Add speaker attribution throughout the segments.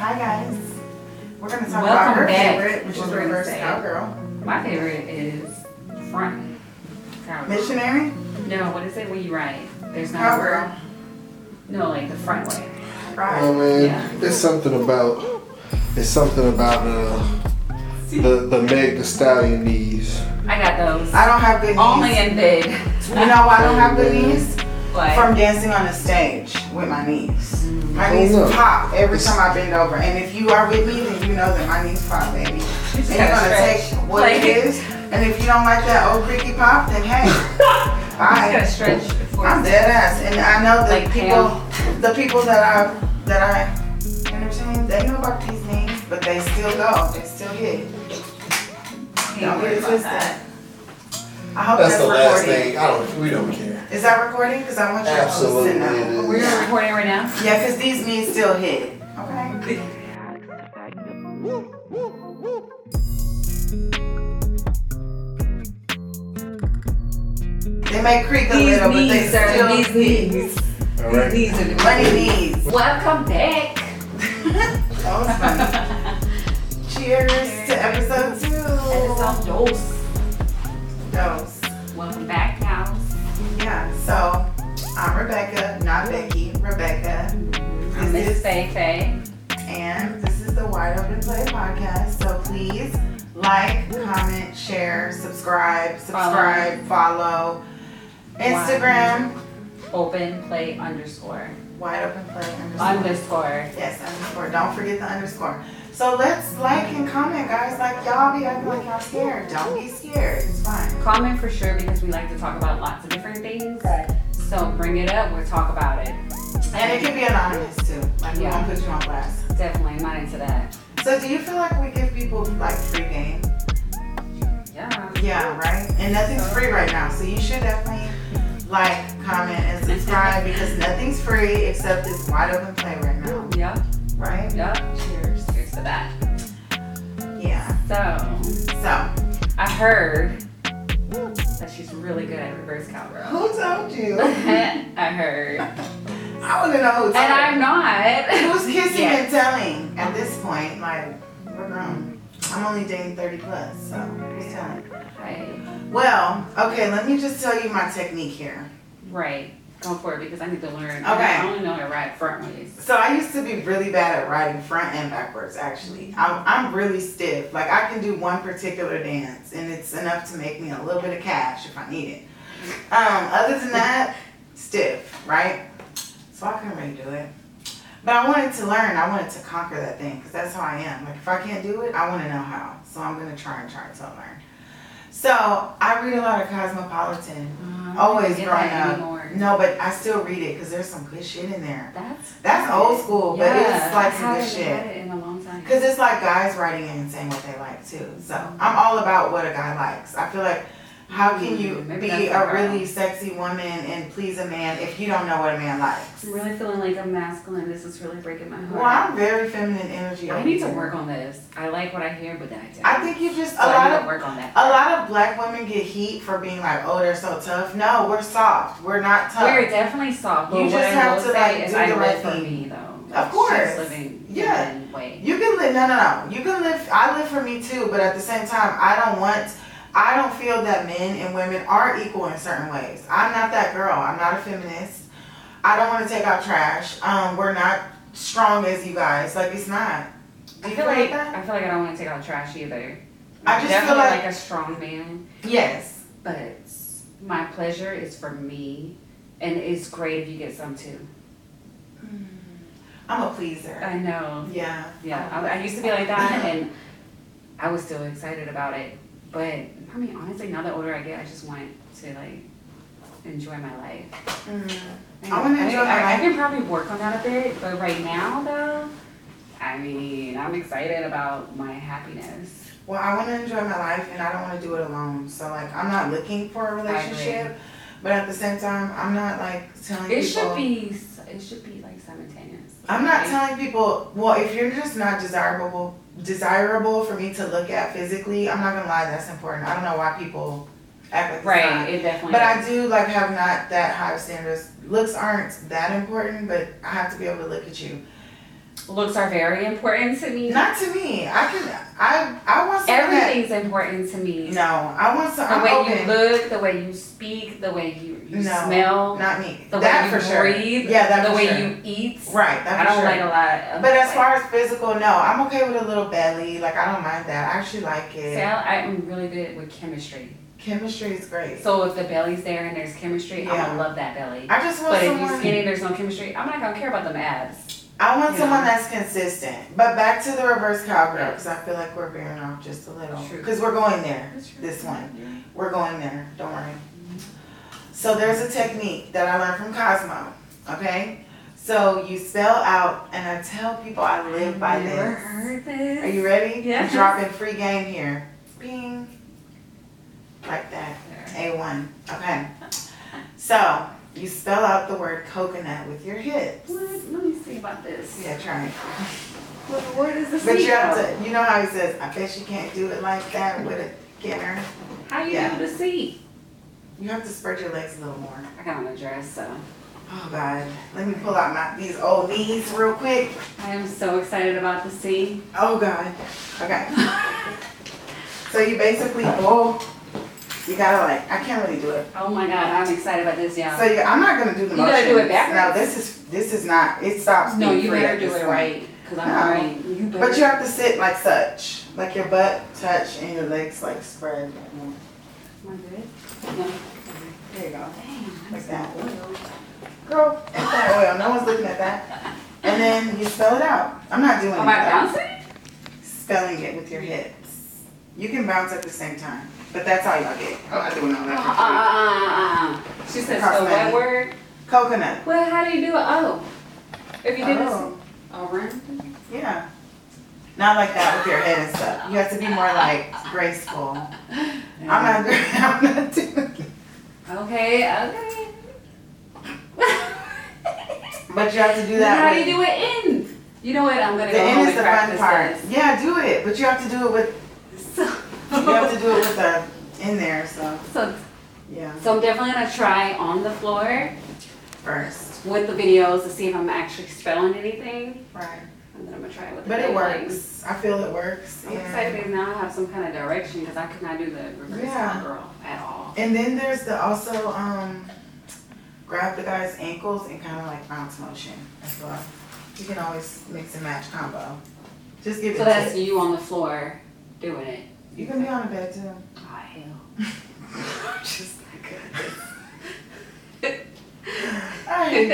Speaker 1: Hi guys. We're gonna talk about
Speaker 2: Welcome
Speaker 1: her
Speaker 2: back.
Speaker 1: favorite, which is
Speaker 2: We're gonna
Speaker 1: reverse
Speaker 2: say.
Speaker 1: cowgirl.
Speaker 2: My favorite is front cowgirl.
Speaker 1: Missionary?
Speaker 2: No, what is it when you ride? There's not a
Speaker 1: Cowgirl.
Speaker 2: word. No, like the front way.
Speaker 1: Right.
Speaker 3: Oh man,
Speaker 2: Yeah.
Speaker 3: it's something about it's something about uh, the the Meg the Stallion knees.
Speaker 2: I got those.
Speaker 1: I don't have good
Speaker 2: Only
Speaker 1: knees.
Speaker 2: in big.
Speaker 1: You know why I don't have good knees?
Speaker 2: Like,
Speaker 1: From dancing on the stage with my knees. My
Speaker 3: Oh,
Speaker 1: knees
Speaker 3: look.
Speaker 1: pop every time I bend over. And if you are with me, then you know that my knees pop, baby.
Speaker 2: you
Speaker 1: And
Speaker 2: just
Speaker 1: you're
Speaker 2: gotta
Speaker 1: gonna
Speaker 2: stretch.
Speaker 1: take what it
Speaker 2: Like-
Speaker 1: is. And if you don't like that old creaky pop, then hey.
Speaker 2: You
Speaker 1: Bye.
Speaker 2: just gotta stretch. before
Speaker 1: I'm
Speaker 2: you-
Speaker 1: dead ass, and I know the
Speaker 2: Like
Speaker 1: people, the people that I that I entertain, they know about these things, but they still go, they still get. it. Don't
Speaker 2: Can't
Speaker 1: get
Speaker 2: worry
Speaker 1: it
Speaker 2: about
Speaker 1: twisted.
Speaker 2: that.
Speaker 1: I hope that's,
Speaker 3: That's the last
Speaker 1: recording.
Speaker 3: thing. I don't. We don't care.
Speaker 1: Is that recording? Because I want you
Speaker 3: Absolutely,
Speaker 1: to
Speaker 3: it
Speaker 1: listen now.
Speaker 3: is.
Speaker 2: We're recording right now.
Speaker 1: Yeah, because these knees still hit. Okay. They may creak a
Speaker 2: These
Speaker 1: little, but they
Speaker 2: knees
Speaker 1: still
Speaker 2: are these
Speaker 1: hit.
Speaker 2: knees.
Speaker 3: All
Speaker 2: These
Speaker 3: right.
Speaker 2: knees are the
Speaker 1: Money knees.
Speaker 2: Welcome back.
Speaker 1: That was Oh, funny. Cheers to episode two.
Speaker 2: Episode dos.
Speaker 1: Those.
Speaker 2: Welcome back, cows.
Speaker 1: Yeah, so I'm Rebecca, not Becky, Rebecca,
Speaker 2: I'm Miss Fay Fay.
Speaker 1: and this is the Wide Open Play podcast. So please like, comment, share, subscribe, subscribe, follow. Instagram,
Speaker 2: Open play underscore.
Speaker 1: wide open play underscore.
Speaker 2: Underscore.
Speaker 1: Yes, underscore. Don't forget the underscore. So let's like and comment, guys. Like y'all be acting like y'all scared. Don't be scared. It's fine.
Speaker 2: Comment for sure because we like to talk about lots of different things. So bring it up, we'll talk about it.
Speaker 1: And it can be anonymous too. Like we
Speaker 2: Yeah.
Speaker 1: won't put you on blast.
Speaker 2: Definitely, I'm not into that.
Speaker 1: So do you feel like we give people like free game?
Speaker 2: Yeah.
Speaker 1: Yeah, right. And nothing's free right now, so you should definitely like, comment, and subscribe because nothing's free except this wide open play right now,
Speaker 2: Yep,
Speaker 1: right?
Speaker 2: yep.
Speaker 1: Cheers.
Speaker 2: Here's to that.
Speaker 1: Yeah.
Speaker 2: So,
Speaker 1: So,
Speaker 2: I heard that she's really good at reverse cowgirl.
Speaker 1: who told you?
Speaker 2: I heard.
Speaker 1: I want to know who told
Speaker 2: And I'm
Speaker 1: you.
Speaker 2: not.
Speaker 1: Who's kissing
Speaker 2: Yeah.
Speaker 1: and telling at this point? Like, we're grown. I'm only dating 30 plus, so who's telling?
Speaker 2: Right.
Speaker 1: Well, okay, let me just tell you my technique here.
Speaker 2: Right. Go for it because I need to learn.
Speaker 1: Okay.
Speaker 2: I only know how to ride front ways.
Speaker 1: So I used to be really bad at riding front and backwards. Actually, I'm, I'm really stiff. Like I can do one particular dance, and it's enough to make me a little bit of cash if I need it. Um, other than that, stiff, right? So I couldn't really do it. But I wanted to learn. I wanted to conquer that thing because that's how I am. Like if I can't do it, I want to know how. So I'm gonna try and try until I learn. So I read a lot of Cosmopolitan.
Speaker 2: Um,
Speaker 1: Always
Speaker 2: get
Speaker 1: growing
Speaker 2: that
Speaker 1: up.
Speaker 2: anymore.
Speaker 1: No, but I still read it because there's some good shit in there.
Speaker 2: That's
Speaker 1: That's old school, but
Speaker 2: yeah,
Speaker 1: it's like
Speaker 2: I
Speaker 1: some good
Speaker 2: haven't
Speaker 1: shit.
Speaker 2: read it in a long time.
Speaker 1: Cause it's like guys writing in and saying what they like too. So
Speaker 2: Mm-hmm.
Speaker 1: I'm all about what a guy likes. I feel like how can you
Speaker 2: Mm, maybe
Speaker 1: be
Speaker 2: that's the
Speaker 1: a really sexy woman and please a man if you don't know what a man likes?
Speaker 2: I'm really feeling like I'm masculine. This is really breaking my heart.
Speaker 1: Well, I'm very feminine energy.
Speaker 2: I
Speaker 1: over
Speaker 2: need to
Speaker 1: here.
Speaker 2: work on this. I like what I hear, but then I don't.
Speaker 1: I think you just
Speaker 2: so
Speaker 1: a
Speaker 2: I
Speaker 1: lot
Speaker 2: need
Speaker 1: of
Speaker 2: to work on that.
Speaker 1: a lot of black women get heat for being like, oh, they're so tough. No, we're soft. We're not tough.
Speaker 2: We're definitely soft. But
Speaker 1: You
Speaker 2: what
Speaker 1: just
Speaker 2: I
Speaker 1: have
Speaker 2: will
Speaker 1: to,
Speaker 2: say
Speaker 1: like,
Speaker 2: is
Speaker 1: do
Speaker 2: I
Speaker 1: the
Speaker 2: live
Speaker 1: right
Speaker 2: for
Speaker 1: thing.
Speaker 2: me though.
Speaker 1: Of course.
Speaker 2: She's living
Speaker 1: Yeah.
Speaker 2: human way.
Speaker 1: You can live. No, no, no. You can live. I live for me too, but at the same time, I don't want. I don't feel that men and women are equal in certain ways. I'm not that girl. I'm not a feminist. I don't want to take out trash. Um, we're not strong as you guys. Like it's not. Do
Speaker 2: I
Speaker 1: you
Speaker 2: feel like
Speaker 1: that?
Speaker 2: I feel like I don't want to take out trash either.
Speaker 1: I just feel
Speaker 2: definitely
Speaker 1: like-
Speaker 2: a strong man,
Speaker 1: Yes.
Speaker 2: but my pleasure is for me, and it's great if you get some too.
Speaker 1: I'm a pleaser.
Speaker 2: I know.
Speaker 1: Yeah.
Speaker 2: Yeah, I, I used to be like that, and I was still excited about it. But I mean, honestly, now the older I get, I just want to like enjoy my life.
Speaker 1: Mm. I wanna enjoy
Speaker 2: I,
Speaker 1: my
Speaker 2: I, I
Speaker 1: life.
Speaker 2: can probably work on that a bit, but right now though, I mean, I'm excited about my happiness.
Speaker 1: Well, I want to enjoy my life and I don't want to do it alone. So like, I'm not looking for a
Speaker 2: agree.
Speaker 1: relationship, but at the same time, I'm not like telling
Speaker 2: It
Speaker 1: people.
Speaker 2: should be. s- It should be like simultaneous.
Speaker 1: I'm not
Speaker 2: Like,
Speaker 1: telling people, well, if you're just not desirable desirable for me to look at physically, I'm not gonna lie, that's important. I don't know why people act like it's
Speaker 2: Right.
Speaker 1: not.
Speaker 2: It definitely.
Speaker 1: But I
Speaker 2: is.
Speaker 1: do like have not that high of standards. Looks aren't that important, but I have to be able to look at you.
Speaker 2: looks are very important to me.
Speaker 1: Not to me. I can. I I want something
Speaker 2: Everything's important to me.
Speaker 1: That, no, I want
Speaker 2: The
Speaker 1: something. I'm
Speaker 2: way
Speaker 1: open.
Speaker 2: you look, the way you speak, the way you, you
Speaker 1: No.
Speaker 2: smell,
Speaker 1: not me.
Speaker 2: the
Speaker 1: that
Speaker 2: way you
Speaker 1: for sure.
Speaker 2: breathe,
Speaker 1: Yeah, that
Speaker 2: the
Speaker 1: for
Speaker 2: way
Speaker 1: sure.
Speaker 2: you eat.
Speaker 1: Right. That
Speaker 2: I
Speaker 1: for
Speaker 2: don't
Speaker 1: sure.
Speaker 2: like a lot. Of,
Speaker 1: But as
Speaker 2: like,
Speaker 1: far as physical, no, I'm okay with a little belly. Like I don't mind that. I actually like it.
Speaker 2: See, I- I'm really good with chemistry.
Speaker 1: Chemistry is great.
Speaker 2: So if the belly's there and there's chemistry, I'm gonna love that belly.
Speaker 1: I just want
Speaker 2: But if
Speaker 1: someone.
Speaker 2: you're skinny, there's no chemistry. I'm not gonna care about them abs.
Speaker 1: I want
Speaker 2: you
Speaker 1: someone
Speaker 2: know.
Speaker 1: that's consistent. But back to the reverse cowgirl because
Speaker 2: Yes.
Speaker 1: I feel like we're veering off just a little.
Speaker 2: True.
Speaker 1: Because we're going there. This one. We're going there. Don't worry. So there's a technique that I learned from Cosmo. Okay. So you spell out, and I tell people I live by
Speaker 2: I've Never
Speaker 1: this.
Speaker 2: heard this.
Speaker 1: Are you ready?
Speaker 2: Yes.
Speaker 1: I'm dropping free game here. Ping. Like that. A1. Okay. So you spell out the word coconut with your hips.
Speaker 2: What? Let me see about this.
Speaker 1: Yeah, try it.
Speaker 2: What word is this?
Speaker 1: But you have to, you know how he says, I bet you can't do it like that with a beginner.
Speaker 2: How you
Speaker 1: yeah.
Speaker 2: do the seat?
Speaker 1: You have to spread your legs a little more.
Speaker 2: I got on a dress, so
Speaker 1: Oh God, let me pull out my these old knees real quick.
Speaker 2: I am so excited about the seat.
Speaker 1: Oh God. Okay. So you basically bowl. You gotta like, I can't really do it.
Speaker 2: Oh my god, I'm excited about this, y'all.
Speaker 1: So you, I'm not gonna do the
Speaker 2: Oh. You gotta do it
Speaker 1: motions.
Speaker 2: backwards.
Speaker 1: No, this is this is not. It stops.
Speaker 2: no,
Speaker 1: being
Speaker 2: you
Speaker 1: free
Speaker 2: better
Speaker 1: at
Speaker 2: do
Speaker 1: this
Speaker 2: it
Speaker 1: point.
Speaker 2: right, cause I'm
Speaker 1: No.
Speaker 2: alright. You better.
Speaker 1: But you have to sit like such, like your butt touch and your legs like spread.
Speaker 2: Am I good? No.
Speaker 1: There you go.
Speaker 2: Dang, I
Speaker 1: Like
Speaker 2: just
Speaker 1: that.
Speaker 2: got oil.
Speaker 1: Girl, it's that oil. No one's looking at that. And then you spell it out. I'm not doing it.
Speaker 2: Am I bouncing?
Speaker 1: Spelling it with your hips. You can bounce at the same time, but that's all y'all get. I'm not doing all
Speaker 2: Uh, uh,
Speaker 1: that.
Speaker 2: uh, uh, uh. She says so
Speaker 1: Crossbody.
Speaker 2: what word?
Speaker 1: Coconut.
Speaker 2: Well, how do you do a O? If you did this
Speaker 1: Oh,
Speaker 2: around.
Speaker 1: yeah. Not like that with your head and stuff. You have to be more like graceful. I'm not doing. I'm not doing.
Speaker 2: Okay, okay.
Speaker 1: But you have to do that.
Speaker 2: How
Speaker 1: with,
Speaker 2: do you do it in? You know what? I'm gonna
Speaker 1: The
Speaker 2: go home
Speaker 1: end is
Speaker 2: and
Speaker 1: the fun
Speaker 2: practice
Speaker 1: part. Yeah, do it, but you have to do it with
Speaker 2: this. So,
Speaker 1: you have to do it with the in there. So
Speaker 2: so,
Speaker 1: yeah,
Speaker 2: so I'm definitely gonna try on the floor
Speaker 1: first,
Speaker 2: with the videos to see if I'm actually spelling anything,
Speaker 1: right?
Speaker 2: and then I'm gonna try it with. the
Speaker 1: But it
Speaker 2: big legs.
Speaker 1: works. I feel it works.
Speaker 2: I'm
Speaker 1: yeah.
Speaker 2: excited because now I have some kind of direction because I could not do the reverse
Speaker 1: Yeah.
Speaker 2: cowgirl at all.
Speaker 1: And then there's the also um, grab the guy's ankles and kind of like bounce motion as well. You can always mix and match combo. Just give it.
Speaker 2: So
Speaker 1: a
Speaker 2: that's
Speaker 1: tip.
Speaker 2: you on the floor doing it.
Speaker 1: you can be on the bed too.
Speaker 2: Oh, hell. I'm just not good at this.
Speaker 1: I hate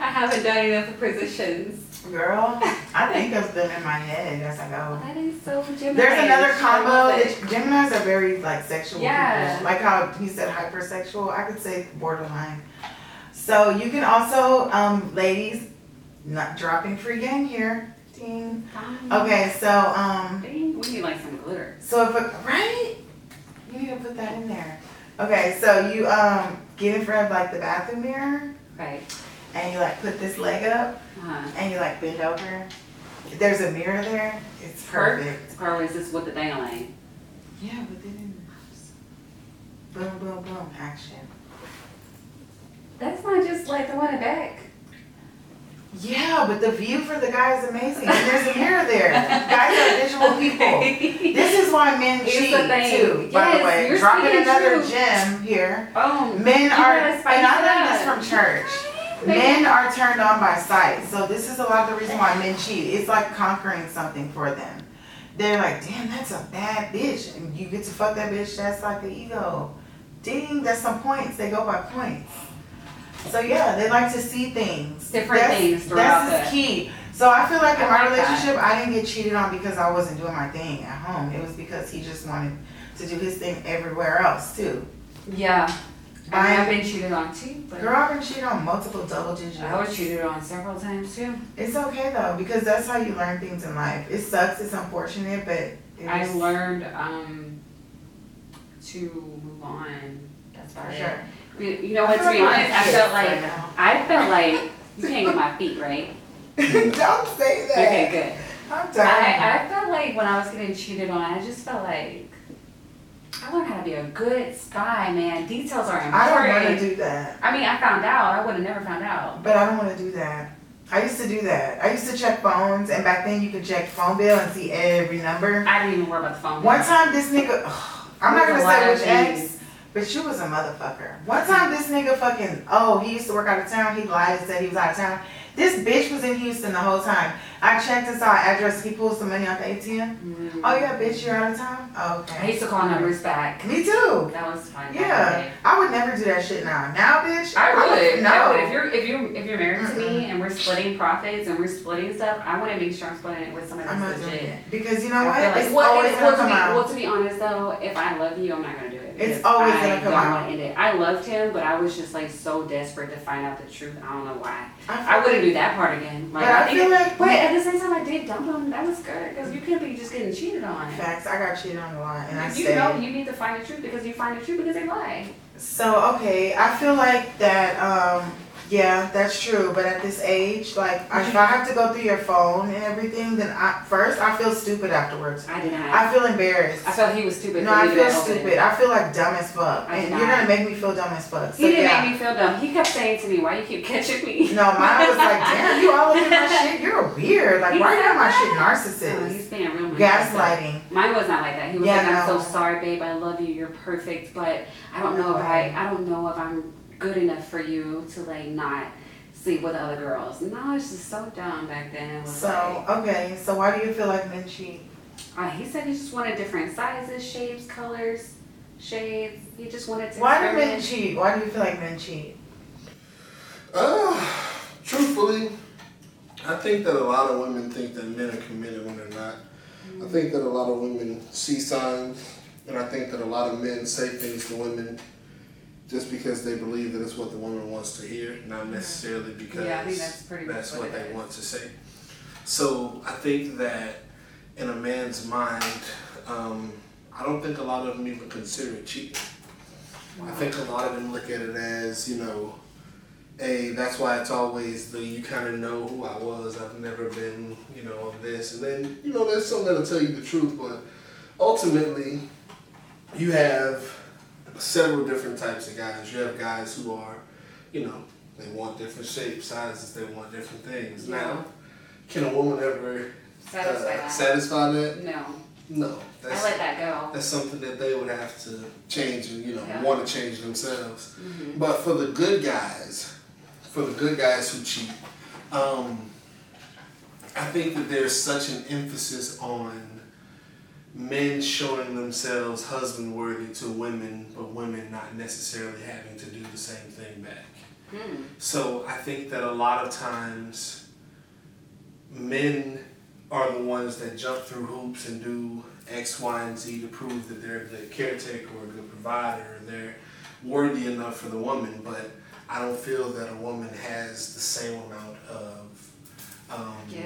Speaker 2: I haven't done enough positions.
Speaker 1: you, girl. I think of them in my head as I go.
Speaker 2: That is so Gemini.
Speaker 1: There's another combo. It's, Geminis are very like sexual.
Speaker 2: Yeah.
Speaker 1: People. Like how he said hypersexual. I could say borderline. So you can also, um, ladies, not dropping free game here. Ding.
Speaker 2: Mm-hmm.
Speaker 1: Okay, so um,
Speaker 2: Dang, we need like some glitter.
Speaker 1: so if a, right, you need to put that in there. Okay, so you um get in front of like the bathroom mirror
Speaker 2: Right.
Speaker 1: and you like put this leg up
Speaker 2: Uh,
Speaker 1: and you like bend over. If there's a mirror there, it's
Speaker 2: Perk?
Speaker 1: perfect.
Speaker 2: or is this with the dangling?
Speaker 1: Yeah, but then boom, boom, boom, action.
Speaker 2: That's not just like throwing it back.
Speaker 1: Yeah, but the view for the guy is amazing. And there's a mirror there. Guys are visual people. This is why men
Speaker 2: It's
Speaker 1: cheat
Speaker 2: the thing.
Speaker 1: too. by the
Speaker 2: Yes,
Speaker 1: way,
Speaker 2: you're
Speaker 1: dropping
Speaker 2: speaking
Speaker 1: another
Speaker 2: truth.
Speaker 1: gem here.
Speaker 2: Oh,
Speaker 1: Men
Speaker 2: You
Speaker 1: are,
Speaker 2: gotta
Speaker 1: and
Speaker 2: spice it
Speaker 1: I
Speaker 2: up.
Speaker 1: learned this from church. Men are turned on by sight, so this is a lot of the reason why men cheat. It's like conquering something for them. They're like, damn, that's a bad bitch, and you get to fuck that bitch. That's like the ego. Ding, that's some points. They go by points. So yeah, they like to see things.
Speaker 2: Different
Speaker 1: that's,
Speaker 2: things throughout
Speaker 1: That's
Speaker 2: the-
Speaker 1: is key. So I feel like in
Speaker 2: I
Speaker 1: my
Speaker 2: like that.
Speaker 1: relationship, I didn't get cheated on because I wasn't doing my thing at home. It was because he just wanted to do his thing everywhere else too.
Speaker 2: Yeah. I mean,
Speaker 1: Bye.
Speaker 2: I've been cheated on too, but
Speaker 1: Girl, I've been cheated on multiple double digits.
Speaker 2: I was cheated on several times too.
Speaker 1: It's okay though, because that's how you learn things in life. It sucks, it's unfortunate, but it
Speaker 2: I
Speaker 1: was-
Speaker 2: learned um, to move on. That's
Speaker 1: for
Speaker 2: about
Speaker 1: sure.
Speaker 2: it. You you know what? To be honest, I felt like I felt like you can't get my feet right.
Speaker 1: Don't say that.
Speaker 2: Okay, good.
Speaker 1: I'm tired.
Speaker 2: I, I felt like when I was getting cheated on, I just felt like I learned how to be a good spy, man. Details are
Speaker 1: I, don't want
Speaker 2: important.
Speaker 1: to do that,
Speaker 2: I mean, I found out. I would have never found out.
Speaker 1: but I don't want to do that. I used to do that. I used to check phones, and back then you could check phone bill and see every number.
Speaker 2: I didn't even worry about the phone.
Speaker 1: One time this nigga, ugh, I'm not gonna
Speaker 2: There's a lot
Speaker 1: say
Speaker 2: of
Speaker 1: which ex,
Speaker 2: these.
Speaker 1: but you was a motherfucker. One time this nigga fucking, oh, he used to work out of town. He lied and said he was out of town. This bitch was in Houston the whole time. I checked and saw an address. He pulled some money off the ATM.
Speaker 2: Mm.
Speaker 1: Oh yeah, bitch, you're out of town. Oh,
Speaker 2: I
Speaker 1: okay.
Speaker 2: used to call numbers back.
Speaker 1: Me too.
Speaker 2: That was fun. back in the
Speaker 1: Yeah,
Speaker 2: day.
Speaker 1: I would never do that shit now. Now, bitch,
Speaker 2: I would.
Speaker 1: no.
Speaker 2: I would. If you're if you if you're married to me and we're splitting profits and we're splitting stuff, I want to make sure I'm splitting it with somebody
Speaker 1: I'm
Speaker 2: that's
Speaker 1: not doing
Speaker 2: legit.
Speaker 1: it because you
Speaker 2: I
Speaker 1: know what?
Speaker 2: feel like-
Speaker 1: it's
Speaker 2: well,
Speaker 1: always
Speaker 2: it's-
Speaker 1: gonna
Speaker 2: well, to
Speaker 1: come
Speaker 2: be,
Speaker 1: out.
Speaker 2: well, to be honest though, if I love you, I'm not gonna do it.
Speaker 1: It's
Speaker 2: because
Speaker 1: always
Speaker 2: I
Speaker 1: gonna come
Speaker 2: don't
Speaker 1: out.
Speaker 2: wanna end it. I loved him, but I was just like so desperate to find out the truth. I don't know why.
Speaker 1: I,
Speaker 2: I wouldn't do that part again. Like
Speaker 1: but
Speaker 2: I
Speaker 1: I feel
Speaker 2: think,
Speaker 1: like
Speaker 2: but at the same time, I did dump him. That was good because you could be just getting cheated on.
Speaker 1: facts. I got cheated on a lot, and I
Speaker 2: you
Speaker 1: said.
Speaker 2: know you need to find the truth because you find the truth because they lie.
Speaker 1: So okay, I feel like that. Um, yeah, that's true. But at this age, like I- if I have to go through your phone and everything, then I first I feel stupid afterwards.
Speaker 2: I did not. I,
Speaker 1: I feel embarrassed.
Speaker 2: felt he was stupid.
Speaker 1: No,
Speaker 2: for
Speaker 1: I
Speaker 2: leaving
Speaker 1: feel
Speaker 2: that open.
Speaker 1: stupid. I feel like dumb as fuck,
Speaker 2: I
Speaker 1: and
Speaker 2: did
Speaker 1: you're gonna
Speaker 2: not.
Speaker 1: make me feel dumb as fuck. So
Speaker 2: He didn't
Speaker 1: yeah.
Speaker 2: make me feel dumb. He kept saying to me, "Why you keep catching me?"
Speaker 1: no, mine was like, damn, you all over my shit. You're weird. Like, why you on my shit,
Speaker 2: Oh,
Speaker 1: narcissist?
Speaker 2: he's being real. mean.
Speaker 1: Gaslighting.
Speaker 2: Mine was not like that. He was
Speaker 1: Yeah,
Speaker 2: like, "I'm
Speaker 1: no.
Speaker 2: so sorry, babe. I love you. You're perfect, but I don't know if I, I don't know if I'm good enough for you to like not sleep with other girls." No, it's just so dumb back then. It was
Speaker 1: So okay, so why do you feel like men cheat?
Speaker 2: like, uh, he said he just wanted different sizes, shapes, colors, shades. He just wanted to.
Speaker 1: Why do men
Speaker 2: experiment.
Speaker 1: cheat? Why do you feel like men cheat?
Speaker 3: Uh, truthfully, I think that a lot of women think that men are committed when they're not. I think that a lot of women see signs, and I think that a lot of men say things to women just because they believe that it's what the woman wants to hear, not necessarily because
Speaker 2: Yeah, I think that's pretty much
Speaker 3: that's
Speaker 2: what
Speaker 3: what
Speaker 2: it
Speaker 3: they
Speaker 2: is.
Speaker 3: want to say. So I think that in a man's mind, um, I don't think a lot of them even consider it cheating. I think a lot of them look at it as, you know, hey, that's why it's always the you kind of know who I was. I've never been, you know, of this. And then, you know, there's some that'll tell you the truth, but ultimately, you have several different types of guys. You have guys who are, you know, they want different shapes, sizes, they want different things. Now, can a woman ever
Speaker 2: Satisfy
Speaker 3: uh,
Speaker 2: that.
Speaker 3: satisfy that?
Speaker 2: no,
Speaker 3: No.
Speaker 2: I let that go.
Speaker 3: That's something that they would have to change and you know
Speaker 2: Yeah.
Speaker 3: want to change themselves.
Speaker 2: Mhm.
Speaker 3: But for the good guys, for the good guys who cheat, um, I think that there's such an emphasis on men showing themselves husband worthy to women, but women not necessarily having to do the same thing back.
Speaker 2: Hmm.
Speaker 3: So I think that a lot of times men are the ones that jump through hoops and do X, Y, and Z to prove that they're a good caretaker or a good provider or they're worthy enough for the woman. But I don't feel that a woman has the same amount of. Um,
Speaker 2: Give.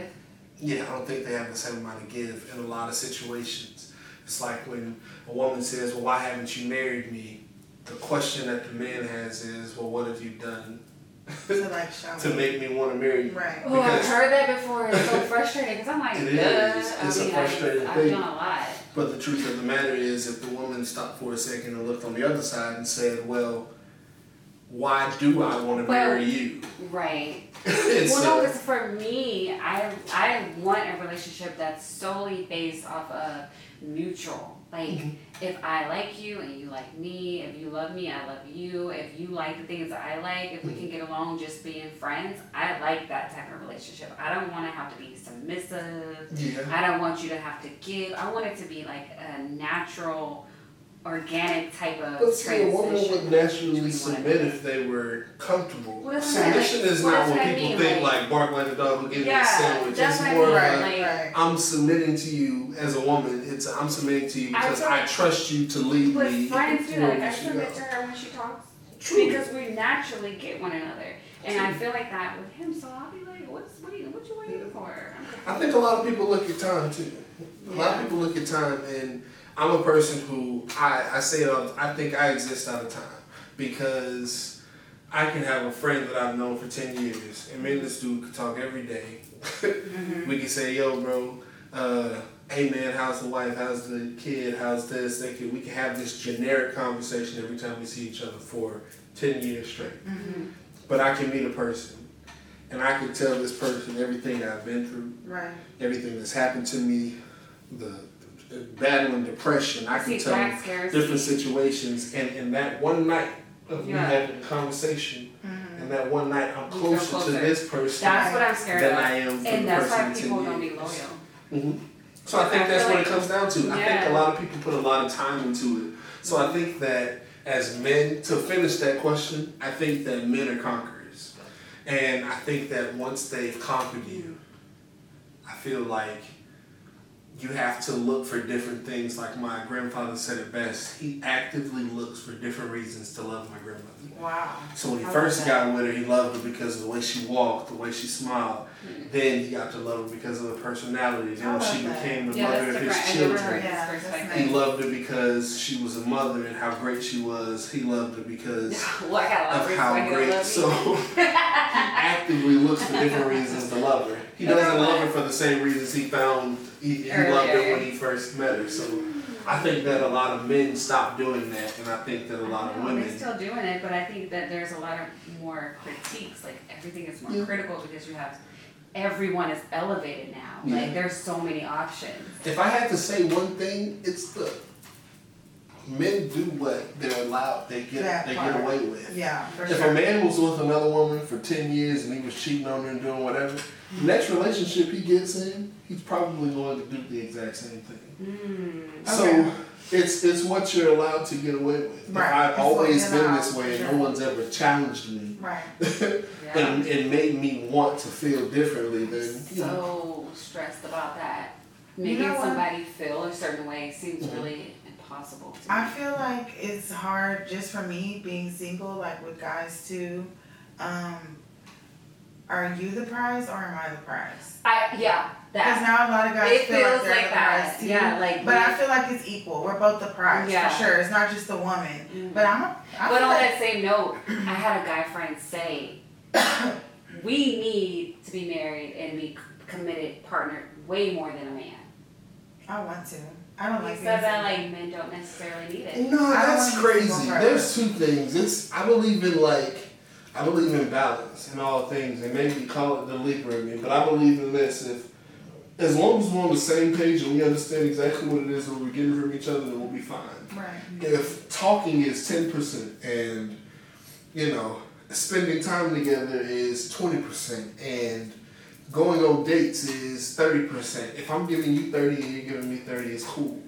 Speaker 3: yeah, I don't think they have the same amount of give in a lot of situations. It's like when a woman says, Well, why haven't you married me? The question that the man has is, Well, what have you done
Speaker 1: To like show
Speaker 3: to make me want to marry you?
Speaker 1: Right.
Speaker 2: Oh, I've
Speaker 3: Because-
Speaker 2: heard that before. It's so frustrating because I'm like,
Speaker 3: It
Speaker 2: duh.
Speaker 3: is. It's
Speaker 2: I
Speaker 3: a
Speaker 2: mean,
Speaker 3: frustrating
Speaker 2: I, I've
Speaker 3: thing.
Speaker 2: done a lot.
Speaker 3: But the truth of the matter is, if the woman stopped for a second and looked on the other side and said, Well, why do I want to
Speaker 2: Well-
Speaker 3: marry you?
Speaker 2: Right.
Speaker 3: It's
Speaker 2: well, no,
Speaker 3: a-
Speaker 2: because for me, I I want a relationship that's solely based off of mutual. Like,
Speaker 3: Mm-hmm.
Speaker 2: if I like you and you like me, if you love me, I love you. If you like the things that I like, if we can
Speaker 3: Mm-hmm.
Speaker 2: get along just being friends, I like that type of relationship. I don't want to have to be submissive.
Speaker 3: yeah.
Speaker 2: I don't want you to have to give. I want it to be like a natural, organic type of
Speaker 3: But see, a woman
Speaker 2: transition.
Speaker 3: would naturally
Speaker 2: Which we wanna
Speaker 3: submit
Speaker 2: do.
Speaker 3: if they were comfortable.
Speaker 2: Well, that's what I-
Speaker 3: Submission is
Speaker 2: well,
Speaker 3: not
Speaker 2: that's
Speaker 3: what
Speaker 2: what I
Speaker 3: people
Speaker 2: mean,
Speaker 3: think,
Speaker 2: like-
Speaker 3: like bark like a dog will give you
Speaker 2: Yeah,
Speaker 3: a sandwich.
Speaker 2: that's
Speaker 3: It's
Speaker 2: what I
Speaker 3: more
Speaker 2: mean,
Speaker 3: like,
Speaker 1: Right. Right.
Speaker 3: I'm submitting to you as a woman. It's I'm submitting to you
Speaker 2: I
Speaker 3: because
Speaker 2: feel
Speaker 3: I,
Speaker 2: like-
Speaker 3: trust you to lead
Speaker 2: But
Speaker 3: me.
Speaker 2: friends do that. Like, I
Speaker 3: wherever you
Speaker 2: submit
Speaker 3: go.
Speaker 2: to her when she talks
Speaker 3: True.
Speaker 2: because we naturally get one another, and I feel like that with him. So I'll be like, "What's what? Are you, what you waiting for?" I'm confused.
Speaker 3: I think a lot of people look at time too. A lot of
Speaker 2: Yeah.
Speaker 3: people look at time, and I'm a person who I I say it all- I think I exist out of time because I can have a friend that I've known for ten years, and me and this dude could talk every day. We can say, "Yo, bro, uh, hey man, how's the wife? How's the kid? How's this?" They can, we can have this generic conversation
Speaker 2: "Mm-hmm."
Speaker 3: every time we see each other for ten years straight. But I can meet a person and I can tell this person everything I've been through,
Speaker 1: Right.
Speaker 3: everything that's happened to me, the, the battling depression. I
Speaker 2: See,
Speaker 3: can tell
Speaker 2: that scares me.
Speaker 3: different situations, and in that one night of
Speaker 2: Yeah. Mm-hmm.
Speaker 3: me having a conversation, and that one night I'm
Speaker 2: You feel
Speaker 3: closer,
Speaker 2: closer.
Speaker 3: to this person
Speaker 2: That's what I'm scared
Speaker 3: than
Speaker 2: of.
Speaker 3: I am to
Speaker 2: and
Speaker 3: the
Speaker 2: that's
Speaker 3: person
Speaker 2: why
Speaker 3: in
Speaker 2: people
Speaker 3: 10
Speaker 2: don't be
Speaker 3: years.
Speaker 2: loyal.
Speaker 3: So I think
Speaker 2: I
Speaker 3: that's
Speaker 2: feel
Speaker 3: what
Speaker 2: like-
Speaker 3: it comes down to. I
Speaker 2: Yeah.
Speaker 3: think a lot of people put a lot of time into it. So I think that as men, to finish that question, I think that men are conquerors. And I think that once they've conquered you, I feel like you have to look for different things. Like my grandfather said it best, he actively looks for different reasons to love my grandmother.
Speaker 1: Wow.
Speaker 3: So when he
Speaker 1: I
Speaker 3: first
Speaker 1: love
Speaker 3: got with her, he loved her because of the way she walked, the way she smiled.
Speaker 2: Mm.
Speaker 3: Then he got to love her because of her personality.
Speaker 1: I
Speaker 3: Then when she
Speaker 1: love that.
Speaker 3: became the
Speaker 2: Yeah,
Speaker 3: mother
Speaker 2: that's
Speaker 3: of
Speaker 2: different.
Speaker 3: his
Speaker 2: I never heard
Speaker 3: children.
Speaker 1: that. Yeah,
Speaker 2: his
Speaker 1: that's
Speaker 3: He
Speaker 2: perspective.
Speaker 3: loved her because she was a mother and how great she was. He loved her because
Speaker 2: Well, I got a lot of
Speaker 3: of
Speaker 2: reasons why
Speaker 3: how
Speaker 2: he don't
Speaker 3: great.
Speaker 2: love
Speaker 3: So
Speaker 2: me.
Speaker 3: he actively looks for different reasons to love her. He doesn't love her for the same reasons he found he, he loved her when he first met her. So I think that a lot of men stop doing that, and I think that a lot of
Speaker 2: No,
Speaker 3: women.
Speaker 2: They're still doing it, but I think that there's a lot of more critiques. Like everything is more
Speaker 3: Yeah.
Speaker 2: critical because you have everyone is elevated now.
Speaker 3: Yeah.
Speaker 2: Like there's so many options.
Speaker 3: If I had to say one thing, it's the men do what they're allowed. They get
Speaker 1: That
Speaker 3: they
Speaker 1: part.
Speaker 3: get away with.
Speaker 1: Yeah, for
Speaker 3: If
Speaker 1: sure.
Speaker 3: a man was with another woman for ten years and he was cheating on her and doing whatever, next relationship he gets in, he's probably going to do the exact same thing.
Speaker 1: Mm, Okay.
Speaker 3: So it's it's what you're allowed to get away with.
Speaker 1: Right.
Speaker 3: If I've
Speaker 1: It's what
Speaker 3: always
Speaker 1: you're
Speaker 3: been this
Speaker 1: allowed,
Speaker 3: way and
Speaker 1: sure.
Speaker 3: no one's ever challenged me
Speaker 1: Right.
Speaker 2: Yeah.
Speaker 3: and, and made me want to feel differently, then you know.
Speaker 2: So stressed about that.
Speaker 1: You
Speaker 2: Making
Speaker 1: know what?
Speaker 2: somebody feel a certain way seems
Speaker 3: Mhm.
Speaker 2: really impossible to me.
Speaker 1: I feel like it's hard just for me being single, like with guys too. Um, are you the prize or am I the prize?
Speaker 2: I yeah,
Speaker 1: Because
Speaker 2: that
Speaker 1: now a lot of guys
Speaker 2: it
Speaker 1: feel
Speaker 2: feels
Speaker 1: like they're
Speaker 2: like
Speaker 1: the
Speaker 2: that.
Speaker 1: prize too.
Speaker 2: Yeah, like
Speaker 1: But I feel like it's equal. We're both the prize
Speaker 2: Yeah.
Speaker 1: for sure. It's not just the woman.
Speaker 2: Mhm.
Speaker 1: But I'm a. I
Speaker 2: But
Speaker 1: feel
Speaker 2: on
Speaker 1: like,
Speaker 2: that same note, I had a guy friend say, "We need to be married and be committed, partnered, way more than a man."
Speaker 1: I want to. I don't
Speaker 2: He
Speaker 1: like being
Speaker 2: said that uh,
Speaker 1: single.
Speaker 2: like men don't necessarily need it.
Speaker 3: No,
Speaker 1: I don't
Speaker 3: that's
Speaker 1: want you to go
Speaker 3: crazy.
Speaker 1: further.
Speaker 3: There's two things. It's I believe in like I believe in balance in all things, and maybe call it the leaper in me, but I believe in this. If as long as we're on the same page and we understand exactly what it is that we're getting from each other, then we'll be fine.
Speaker 1: Right.
Speaker 3: If talking is ten percent and you know spending time together is twenty percent and going on dates is thirty percent. If I'm giving you thirty and you're giving me thirty, it's cool.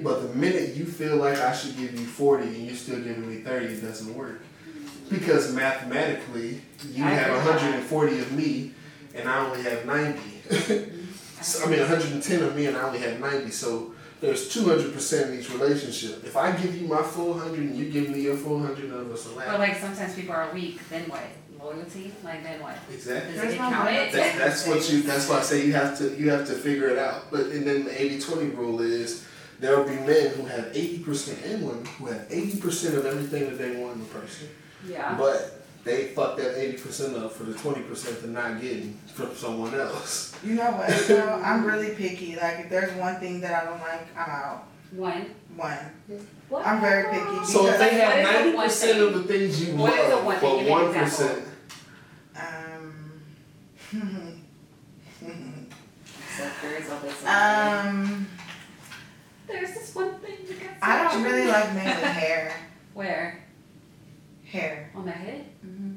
Speaker 3: But the minute you feel like I should give you 40 and you're still giving me 30, it doesn't work. Because mathematically, you
Speaker 2: I
Speaker 3: have
Speaker 2: heard that.
Speaker 3: 140 of me and I only have 90. so, I mean, 110 of me and I only have 90. So there's 200% in each relationship. If I give you my 400 and you give me your 400, none of us are
Speaker 2: But
Speaker 3: laughing.
Speaker 2: like sometimes people are weak. Then what? Loyalty? Like then what?
Speaker 3: Exactly.
Speaker 2: Does
Speaker 1: There's
Speaker 2: it
Speaker 1: no
Speaker 2: count?
Speaker 1: loyalty.
Speaker 3: That, that's what you. That's why I say you have to. You have to figure it out. But and then the 80-20 rule is there will be men who have eighty percent and women who have eighty percent of everything that they want in a person.
Speaker 2: Yeah.
Speaker 3: But they fuck that eighty percent up for the twenty percent they're not getting from someone else.
Speaker 1: You know what? though? I'm really picky. Like if there's one thing that I don't like, I'm out.
Speaker 2: One.
Speaker 1: One.
Speaker 2: What?
Speaker 1: I'm very picky.
Speaker 3: So if they have
Speaker 2: What is the one
Speaker 3: ninety percent
Speaker 2: thing-
Speaker 3: of the things you
Speaker 2: what is the
Speaker 3: love,
Speaker 2: one thing
Speaker 3: but
Speaker 2: you can
Speaker 3: one
Speaker 2: example?
Speaker 3: percent,
Speaker 1: Um.
Speaker 2: So curious about this. one.
Speaker 1: um.
Speaker 2: There's this one thing you got.
Speaker 1: I don't really like men with hair.
Speaker 2: Where?
Speaker 1: Hair.
Speaker 2: On my head?
Speaker 1: Mhm.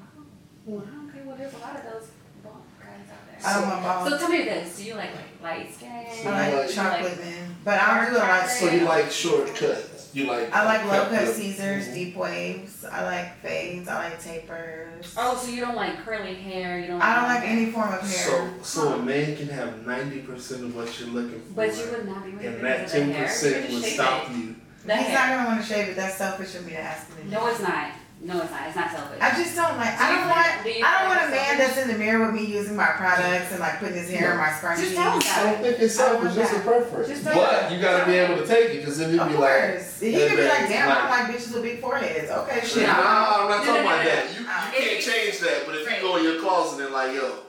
Speaker 2: Wow. Okay. Well, there's a lot of those bald guys out there.
Speaker 1: I don't want
Speaker 2: So
Speaker 1: balls.
Speaker 2: tell me this: Do you like like light skin?
Speaker 3: So
Speaker 1: I
Speaker 3: you
Speaker 1: like
Speaker 3: like-
Speaker 1: chocolate men, but I'll do a lot.
Speaker 2: So
Speaker 3: so you like shortcuts. You like.
Speaker 1: I like low cut
Speaker 3: cut-
Speaker 1: Caesars,
Speaker 3: Mhm.
Speaker 1: deep waves. I like fades. I like tapers.
Speaker 2: Oh, so you don't like curly hair? You don't.
Speaker 1: I don't like any form of
Speaker 3: So
Speaker 1: hair.
Speaker 3: so a man can have ninety percent of what you're looking for.
Speaker 2: But you would not be with it
Speaker 3: And that
Speaker 2: because of the
Speaker 3: ten
Speaker 2: hair. You
Speaker 3: percent
Speaker 2: could
Speaker 3: would
Speaker 2: shave
Speaker 3: stop
Speaker 2: it.
Speaker 3: you.
Speaker 2: The
Speaker 1: He's
Speaker 2: hair.
Speaker 1: not gonna want to shave it. That's selfish of me to ask him. to do
Speaker 2: No, it's not. No, it's not. It's not selfish.
Speaker 1: I just don't like. I
Speaker 2: Do you
Speaker 1: don't
Speaker 2: like-
Speaker 1: want.
Speaker 2: do you
Speaker 1: I don't
Speaker 2: like
Speaker 1: want a man
Speaker 2: selfish?
Speaker 1: that's in the mirror with me using my products and like putting his hair in my scrunchie.
Speaker 2: Just tell him
Speaker 3: I
Speaker 2: that.
Speaker 3: don't think it's selfish, it's a preference.
Speaker 2: Just don't-
Speaker 3: But you gotta be able to take it, cause then you'd
Speaker 1: Of
Speaker 3: be like,
Speaker 1: course. He could be like,
Speaker 3: Everybody's
Speaker 1: damn, I don't
Speaker 3: like-
Speaker 1: like bitches with big foreheads. Okay,
Speaker 3: nah,
Speaker 1: shit.
Speaker 3: I'm
Speaker 2: No,
Speaker 3: not
Speaker 2: no,
Speaker 3: talking
Speaker 2: no,
Speaker 3: about
Speaker 2: no. Uh,
Speaker 3: that. You, you
Speaker 2: If
Speaker 3: can't
Speaker 2: you-
Speaker 3: change that, but if you go in your closet and like, yo,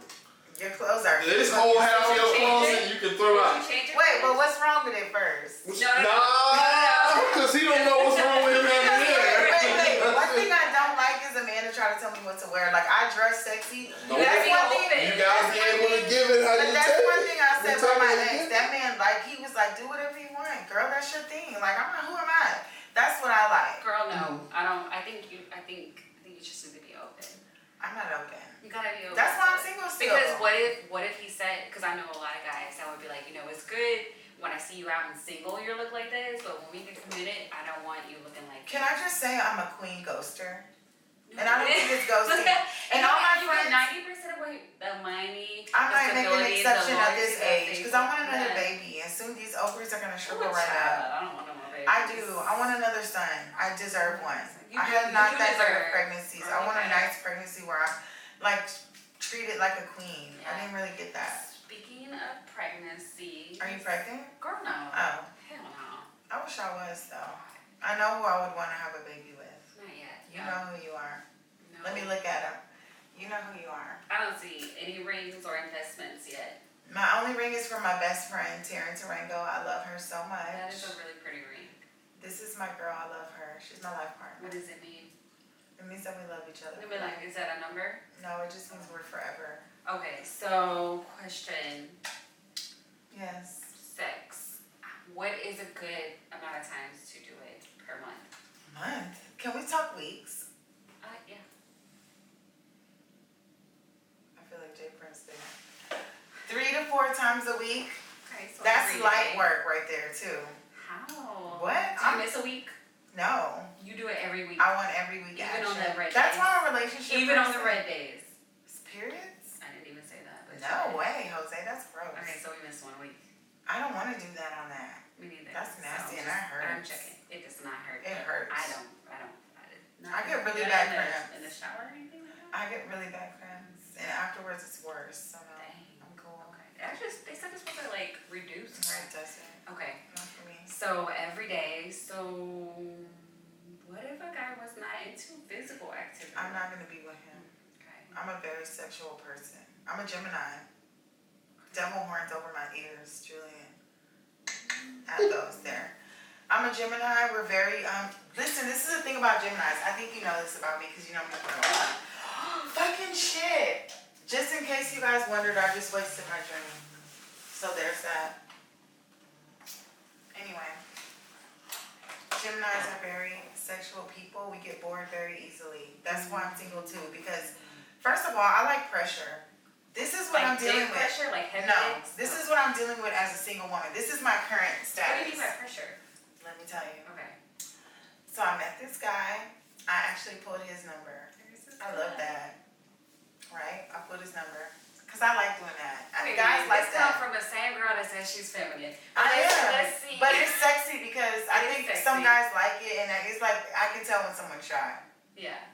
Speaker 1: Your clothes are.
Speaker 3: this whole half of your
Speaker 2: Change it.
Speaker 3: closet you can throw out.
Speaker 1: Wait, but what's wrong with it first?
Speaker 2: No, no, no.
Speaker 3: Nah, cause he don't know what's wrong with him
Speaker 1: Wait,
Speaker 3: having
Speaker 1: wait, wait. One
Speaker 3: hair.
Speaker 1: thing I don't like is a man to try to tell me what to to wear. Like I dress sexy.
Speaker 3: No.
Speaker 1: That's
Speaker 2: Everything
Speaker 1: one thing.
Speaker 2: open.
Speaker 3: You guys be able to give it how
Speaker 1: But
Speaker 3: you
Speaker 1: that's
Speaker 3: take
Speaker 1: one
Speaker 3: it.
Speaker 1: thing I
Speaker 3: You
Speaker 1: said
Speaker 3: take
Speaker 1: with my
Speaker 3: it how you
Speaker 1: ex.
Speaker 3: give it.
Speaker 1: That man, like, he was like, do whatever you want, girl. That's your thing. Like, I'm not. Who am I? That's what I like.
Speaker 2: Girl, no, I don't. I think you. I think. I think you just need to be open.
Speaker 1: I'm not open.
Speaker 2: You gotta be open.
Speaker 1: That's why I'm
Speaker 2: to it.
Speaker 1: single still.
Speaker 2: Because what if what if he said? Because I know a lot of guys that would be like, you know, it's good when I see you out and single, you look like this, but when we get committed, I don't want you looking like.
Speaker 1: Can I just say I'm a queen ghoster?
Speaker 2: this.
Speaker 1: and I don't think it's ghosting. And
Speaker 2: And
Speaker 1: all my
Speaker 2: you got
Speaker 1: friends-
Speaker 2: ninety percent of what the money.
Speaker 1: I'm
Speaker 2: the
Speaker 1: not making an
Speaker 2: stability, the
Speaker 1: exception at this
Speaker 2: loyalty,
Speaker 1: age
Speaker 2: the
Speaker 1: because I want another
Speaker 2: safety.
Speaker 1: baby, and soon these ovaries are gonna
Speaker 2: Yeah.
Speaker 1: shrivel
Speaker 2: I'm a
Speaker 1: right up.
Speaker 2: child. I don't want no more babies.
Speaker 1: I do. I want another son. I deserve one.
Speaker 2: You
Speaker 1: I
Speaker 2: do-
Speaker 1: have not
Speaker 2: you
Speaker 1: that kind of
Speaker 2: deserve-
Speaker 1: pregnancies. I want a
Speaker 2: Okay.
Speaker 1: nice pregnancy where I'm like treated like a queen. I
Speaker 2: Yeah.
Speaker 1: didn't really get that.
Speaker 2: Speaking of pregnancy,
Speaker 1: Are you pregnant?
Speaker 2: Girl, no.
Speaker 1: Oh,
Speaker 2: Hell no.
Speaker 1: I wish I was though. I know who I would want to have a baby with.
Speaker 2: Not yet.
Speaker 1: You know who you are.
Speaker 2: No.
Speaker 1: Let me look at him. You know who you are.
Speaker 2: I don't see any rings or investments yet.
Speaker 1: My only ring is for my best friend, Taryn Tarango. I love her so
Speaker 2: That is a
Speaker 1: much.
Speaker 2: really pretty ring.
Speaker 1: This is my girl. I love her. She's my life partner.
Speaker 2: What does it mean?
Speaker 1: It means that we love each other.
Speaker 2: I mean, like, is that a number?
Speaker 1: No, it just means we're forever.
Speaker 2: Okay, so question
Speaker 1: Yes.
Speaker 2: six. What is a good amount of times to do it per month?
Speaker 1: Month. Can we talk weeks?
Speaker 2: Uh, yeah.
Speaker 1: I feel like Jay Prince did. Three to four times a week.
Speaker 2: Okay, so
Speaker 1: That's
Speaker 2: every
Speaker 1: light
Speaker 2: day.
Speaker 1: work right there too.
Speaker 2: How?
Speaker 1: What?
Speaker 2: Do you
Speaker 1: I'm,
Speaker 2: miss a week?
Speaker 1: no,
Speaker 2: You do it every week.
Speaker 1: I want every week action.
Speaker 2: Even on the red
Speaker 1: That's
Speaker 2: days?
Speaker 1: why a relationship.
Speaker 2: Even on the
Speaker 1: person-
Speaker 2: red days.
Speaker 1: Periods?
Speaker 2: I didn't even say that. But
Speaker 1: No way, Jose. That's gross.
Speaker 2: Okay, so we missed one week.
Speaker 1: I don't want to do that on that.
Speaker 2: Me neither.
Speaker 1: That's
Speaker 2: So
Speaker 1: nasty and
Speaker 2: just-
Speaker 1: that hurts.
Speaker 2: I'm checking. It does not hurt.
Speaker 1: It hurts.
Speaker 2: I don't, I don't, I did not.
Speaker 1: I get really
Speaker 2: Good
Speaker 1: bad
Speaker 2: in the-
Speaker 1: cramps.
Speaker 2: In the shower or anything like that?
Speaker 1: I get really bad cramps, and afterwards it's worse. So no,
Speaker 2: Dang.
Speaker 1: I'm cool.
Speaker 2: Okay, actually, they said it's supposed to like reduce
Speaker 1: No, it
Speaker 2: cramps.
Speaker 1: doesn't.
Speaker 2: Okay,
Speaker 1: Not for me.
Speaker 2: so every day, so what if a guy was not into physical activity?
Speaker 1: I'm not gonna be with him.
Speaker 2: Okay,
Speaker 1: I'm a very sexual person. I'm a Gemini. Devil horns over my ears, Julian. Add those there. I'm a Gemini. We're very um. Listen, this is the thing about Geminis. I think you know this about me because you know me for a while. Fucking shit. Just in case you guys wondered, I just wasted my dream. So there's that. Anyway, Geminis are very sexual people. We get bored very easily. That's why I'm single too. Because first of all, I like pressure. This is what
Speaker 2: like
Speaker 1: I'm dealing
Speaker 2: dick
Speaker 1: with.
Speaker 2: pressure, like heavy
Speaker 1: No,
Speaker 2: dicks?
Speaker 1: this is what I'm dealing with as a single woman. This is my current
Speaker 2: What do
Speaker 1: status.
Speaker 2: you mean by pressure?
Speaker 1: Let me tell you.
Speaker 2: Okay.
Speaker 1: So I met this guy. I actually pulled his number. I love that. Right? I pulled his number. Cause I like doing that. I,
Speaker 2: Wait,
Speaker 1: guys like
Speaker 2: this come
Speaker 1: that.
Speaker 2: from the same girl that says she's feminine.
Speaker 1: I
Speaker 2: Let's-
Speaker 1: am,
Speaker 2: Let's see.
Speaker 1: But it's sexy because I
Speaker 2: It is
Speaker 1: think some
Speaker 2: sexy.
Speaker 1: guys like it, and it's like I can tell when someone's shy.
Speaker 2: yeah.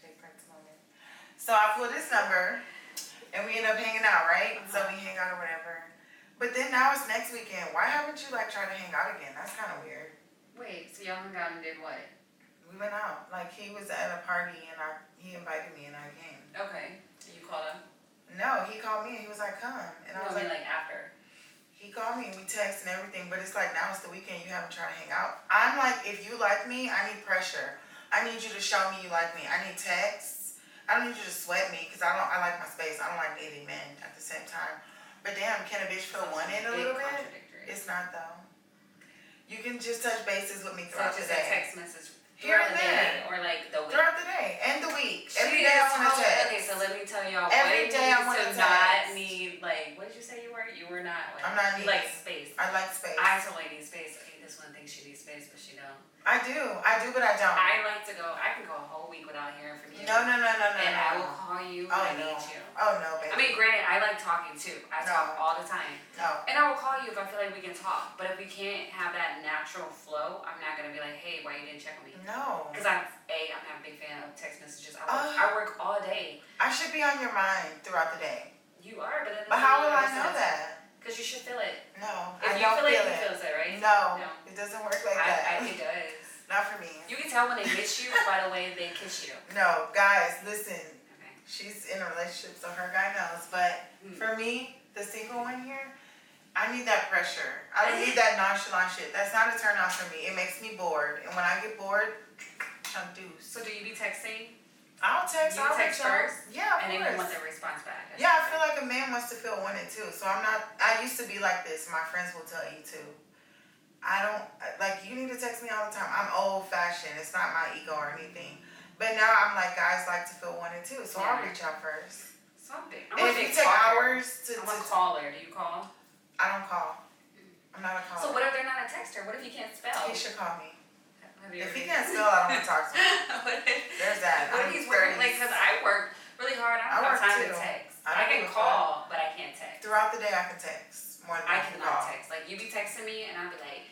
Speaker 1: Jay Prince moment. So I pulled his number and we end up hanging out, right? So we
Speaker 2: Uh-huh.
Speaker 1: hang out or whatever. But then now it's next weekend. Why haven't you like tried to hang out again? That's kind of weird.
Speaker 2: Wait, so y'all hung out and did what?
Speaker 1: We went out. Like he was at a party and I he invited me and I came.
Speaker 2: Okay. So you called him?
Speaker 1: No, he called me and he was like, come. And I
Speaker 2: no,
Speaker 1: was
Speaker 2: I mean
Speaker 1: like,
Speaker 2: like after.
Speaker 1: he called me and we text and everything, but it's like now it's the weekend, you haven't tried to hang out. I'm like, if you like me, I need pressure. I need you to show me you like me. I need texts. I don't need you to sweat me because I don't I like my space. I don't like dating men at the same time. But damn, can a bitch feel wanted a
Speaker 2: Big
Speaker 1: little bit?
Speaker 2: contradictory.
Speaker 1: It's not though. You can just touch bases with me
Speaker 2: so
Speaker 1: throughout
Speaker 2: just
Speaker 1: the
Speaker 2: a
Speaker 1: day.
Speaker 2: text message
Speaker 1: Here
Speaker 2: throughout
Speaker 1: and
Speaker 2: the day
Speaker 1: there.
Speaker 2: or like the week.
Speaker 1: Throughout the day and the week. Every
Speaker 2: She
Speaker 1: day I
Speaker 2: is
Speaker 1: want to
Speaker 2: home-
Speaker 1: text.
Speaker 2: Okay, so let me tell y'all
Speaker 1: Every
Speaker 2: what it
Speaker 1: day I
Speaker 2: means
Speaker 1: wanna
Speaker 2: to not
Speaker 1: text.
Speaker 2: need like what did you say you were? You were not like
Speaker 1: I'm not
Speaker 2: you like
Speaker 1: needing.
Speaker 2: space.
Speaker 1: I like space. I,
Speaker 2: Isolating space. Okay, this one thing she needs space, but she don't.
Speaker 1: do. I do, but I don't.
Speaker 2: I like to go. I can go a whole week without hearing from you.
Speaker 1: no, no, no, no, no.
Speaker 2: And
Speaker 1: no.
Speaker 2: I will call you when
Speaker 1: oh,
Speaker 2: I
Speaker 1: no.
Speaker 2: need you.
Speaker 1: Oh no, baby.
Speaker 2: I mean, granted, I like talking too. I
Speaker 1: No.
Speaker 2: talk all the time.
Speaker 1: no.
Speaker 2: And I will call you if I feel like we can talk. But if we can't have that natural flow, I'm not gonna be like, hey, why you didn't check on me?
Speaker 1: No.
Speaker 2: Because I'm a, I'm not a big fan of text messages. I work,
Speaker 1: Oh.
Speaker 2: I work all day.
Speaker 1: I should be on your mind throughout the day.
Speaker 2: You are, but then
Speaker 1: But how will I know that?
Speaker 2: Because you should feel it.
Speaker 1: No,
Speaker 2: If
Speaker 1: I
Speaker 2: you
Speaker 1: don't
Speaker 2: feel,
Speaker 1: feel,
Speaker 2: it, you
Speaker 1: it.
Speaker 2: feels it, right?
Speaker 1: No,
Speaker 2: No.
Speaker 1: it doesn't work like
Speaker 2: I,
Speaker 1: that.
Speaker 2: I, it does.
Speaker 1: Not for me.
Speaker 2: You can tell when they miss you by the way they kiss you.
Speaker 1: No, guys, listen.
Speaker 2: Okay.
Speaker 1: She's in a relationship, so her guy knows. But
Speaker 2: Mm.
Speaker 1: for me, the single one here, I need that pressure. I don't need that nonchalant shit. That's not a turn off for me. It makes me bored, and when I get bored, chunk dues.
Speaker 2: So do you be texting?
Speaker 1: I'll text.
Speaker 2: You
Speaker 1: I'll
Speaker 2: text
Speaker 1: reach out.
Speaker 2: first,
Speaker 1: Yeah, of
Speaker 2: and
Speaker 1: course.
Speaker 2: then you want their response back. That's
Speaker 1: Yeah, I
Speaker 2: what
Speaker 1: feel like a man wants to feel wanted too. So I'm not. I used to be like this. My friends will tell you too. I don't like you need to text me all the time. I'm old fashioned. It's not my ego or anything. But now I'm like guys like to feel wanted too. So I'll
Speaker 2: Yeah.
Speaker 1: reach out first.
Speaker 2: Something.
Speaker 1: And
Speaker 2: I'm a
Speaker 1: if
Speaker 2: big
Speaker 1: you take
Speaker 2: caller.
Speaker 1: hours to,
Speaker 2: I'm a
Speaker 1: to-
Speaker 2: caller. Do you call?
Speaker 1: Oh. I don't call. I'm not a caller.
Speaker 2: So what if they're not a texter? What if he can't spell?
Speaker 1: He should call me.
Speaker 2: Have you
Speaker 1: If
Speaker 2: ever-
Speaker 1: he can't spell, I don't want to talk to him.
Speaker 2: what if,
Speaker 1: There's that.
Speaker 2: what
Speaker 1: I'm
Speaker 2: if he's working late?
Speaker 1: 30s.
Speaker 2: Because I work really hard. I don't
Speaker 1: I
Speaker 2: have
Speaker 1: work
Speaker 2: time
Speaker 1: too.
Speaker 2: to text.
Speaker 1: I
Speaker 2: I,
Speaker 1: don't
Speaker 2: can
Speaker 1: give a
Speaker 2: call, but I can't text.
Speaker 1: Throughout the day, I can text more than
Speaker 2: I
Speaker 1: can call.
Speaker 2: cannot text. Like you be texting me, and I'll be like,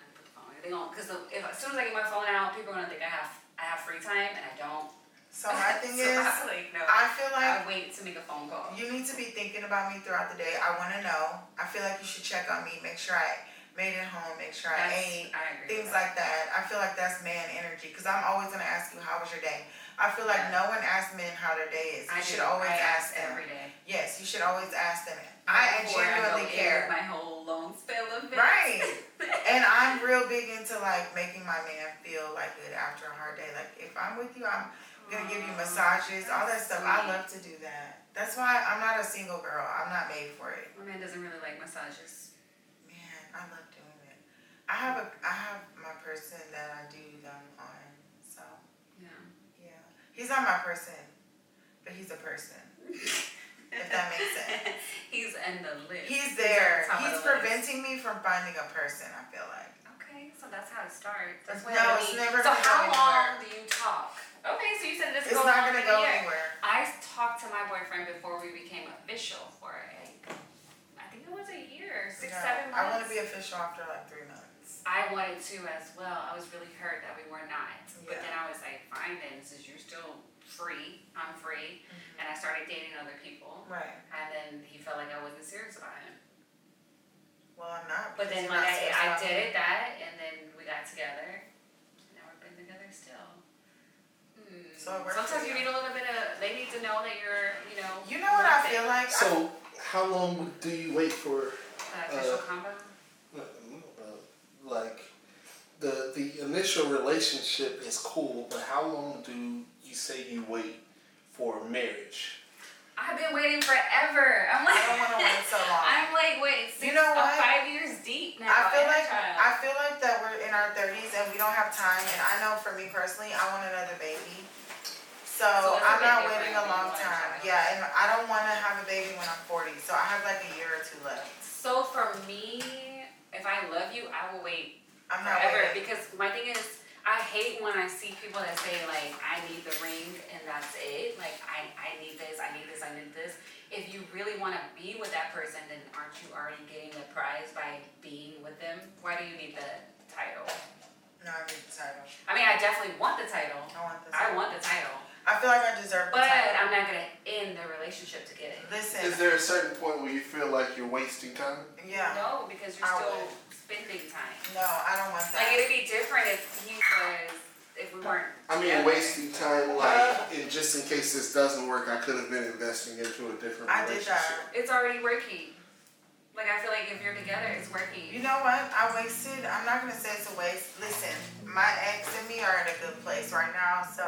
Speaker 2: I'm gonna put the phone. away. They don't because if as soon as I get my phone out, people are gonna think I have I have free time, and I don't.
Speaker 1: So my thing
Speaker 2: So
Speaker 1: is,
Speaker 2: I'm like, no.
Speaker 1: I feel like
Speaker 2: I wait to make a phone call.
Speaker 1: You need to be thinking about me throughout the day. I want to know. I feel like you should check on me, make sure I made it home, make sure I
Speaker 2: That's-
Speaker 1: ate,
Speaker 2: I agree.
Speaker 1: things
Speaker 2: with
Speaker 1: like that. I feel like that's man energy because I'm always going to ask you, how was your day? I feel like no one asks men how their day is. You
Speaker 2: I
Speaker 1: should
Speaker 2: do.
Speaker 1: always
Speaker 2: I
Speaker 1: ask them.
Speaker 2: every day.
Speaker 1: Yes, you should always ask them. I
Speaker 2: Before
Speaker 1: genuinely
Speaker 2: go in with
Speaker 1: care.
Speaker 2: My whole long spell of it.
Speaker 1: Right. And I'm real big into like making my man feel like good after a hard day. Like if I'm with you, I'm gonna give you
Speaker 2: Aw,
Speaker 1: massages, all that
Speaker 2: that's
Speaker 1: stuff. I
Speaker 2: sweet.
Speaker 1: love to do that. That's why I'm not a single girl. I'm not made for it.
Speaker 2: My man doesn't really like massages.
Speaker 1: Man, I love doing it. I have a I have my person that I do them on. So
Speaker 2: Yeah.
Speaker 1: yeah, he's not my person, but he's a person. If that makes sense.
Speaker 2: He's in the list.
Speaker 1: He's there.
Speaker 2: Top of
Speaker 1: He's
Speaker 2: the list.
Speaker 1: preventing me from finding a person. I feel like.
Speaker 2: Okay, so that's how it starts. That's
Speaker 1: No,
Speaker 2: what I
Speaker 1: it's
Speaker 2: mean.
Speaker 1: never
Speaker 2: So
Speaker 1: gonna go
Speaker 2: how long do
Speaker 1: anywhere.
Speaker 2: you talk? Okay, so you said this
Speaker 1: It's
Speaker 2: goes
Speaker 1: not
Speaker 2: on
Speaker 1: gonna
Speaker 2: for
Speaker 1: go
Speaker 2: the year.
Speaker 1: anywhere.
Speaker 2: I talked to my boyfriend before we became official for like, I think it was a year, six,
Speaker 1: No,
Speaker 2: seven months.
Speaker 1: I want to be official after like three months.
Speaker 2: I wanted to as well. I was really hurt that we were not. But
Speaker 1: Yeah.
Speaker 2: then I was like, fine then, since you're still free, I'm free.
Speaker 1: Mm-hmm.
Speaker 2: And I started dating other people.
Speaker 1: Right.
Speaker 2: And then he felt like I wasn't serious about him.
Speaker 1: Well, I'm not.
Speaker 2: But
Speaker 1: because
Speaker 2: then
Speaker 1: you're
Speaker 2: like
Speaker 1: not serious
Speaker 2: I, I
Speaker 1: about me.
Speaker 2: did that and then we got together. And now we've been together still. Hmm.
Speaker 1: So it worked for
Speaker 2: Sometimes you
Speaker 1: you.
Speaker 2: need a little bit of they need to know that you're, you know,
Speaker 1: You know what I
Speaker 2: worth it.
Speaker 1: feel like? I-
Speaker 3: So, how long do you wait for,
Speaker 2: Uh, official
Speaker 3: Uh,
Speaker 2: combo?
Speaker 3: uh, like, the the initial relationship is cool, but how long do you say you wait for marriage?
Speaker 2: I've been waiting forever. I'm like
Speaker 1: I don't wanna wait so long.
Speaker 2: I'm like wait, six,
Speaker 1: You know
Speaker 2: uh,
Speaker 1: what?
Speaker 2: five years deep now.
Speaker 1: I feel
Speaker 2: in a
Speaker 1: like
Speaker 2: trial.
Speaker 1: I feel like that we're in our thirties and we don't have time. And I know for me personally, I want another baby. So,
Speaker 2: So that's a
Speaker 1: I'm not
Speaker 2: big difference
Speaker 1: waiting a
Speaker 2: when you
Speaker 1: long
Speaker 2: want a
Speaker 1: time.
Speaker 2: child.
Speaker 1: Yeah, and I don't want to have a baby when I'm forty. So I have like a year or two left.
Speaker 2: so for me, if I love you, I will wait
Speaker 1: I'm not
Speaker 2: forever
Speaker 1: waiting.
Speaker 2: because my thing is I hate when I see people that say like I need the ring and that's it. Like I, I need this, I need this, I need this. If you really want to be with that person, then aren't you already getting the prize by being with them? Why do you need the title?
Speaker 1: No, I need the title.
Speaker 2: I mean, I definitely want the title.
Speaker 1: I want this.
Speaker 2: I want the title,
Speaker 1: I feel like I deserve
Speaker 2: but
Speaker 1: the title.
Speaker 2: I'm not gonna end the relationship to get it.
Speaker 1: Listen.
Speaker 3: Is there a certain point where you feel like you're wasting time?
Speaker 1: yeah.
Speaker 2: No, because you're
Speaker 1: I
Speaker 2: still
Speaker 1: would.
Speaker 2: spending time.
Speaker 1: No, I don't want
Speaker 2: Like
Speaker 1: that.
Speaker 2: it'd be different if he was, if we weren't.
Speaker 3: I mean,
Speaker 2: together.
Speaker 3: wasting time, like,
Speaker 1: Uh,
Speaker 3: and just in case this doesn't work, I could have been investing into a different
Speaker 1: I did
Speaker 3: relationship.
Speaker 1: that.
Speaker 2: It's already working. Like I feel like if you're together, it's working.
Speaker 1: You know what? I wasted. I'm not gonna say it's a waste. Listen, my ex and me are at a good place right now, so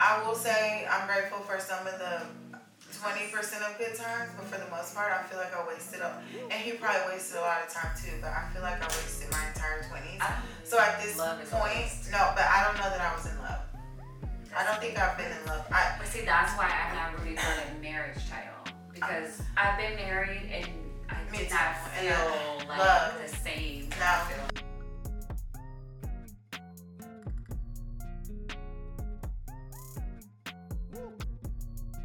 Speaker 1: I will say I'm grateful for some of the twenty percent of good times, but for the most part, I feel like I wasted a. And he probably wasted a lot of time too, but I feel like I wasted my entire twenties.
Speaker 2: I
Speaker 1: So at this
Speaker 2: Love is a
Speaker 1: point,
Speaker 2: waste.
Speaker 1: no, but I don't know that I was in love. I don't think I've been in love. I
Speaker 2: But see, that's why I'm not really for the marriage title because I've been married and I
Speaker 1: Me
Speaker 2: did
Speaker 1: too.
Speaker 2: not
Speaker 1: And I
Speaker 2: feel like
Speaker 1: love.
Speaker 2: the same.
Speaker 1: No.
Speaker 2: feel.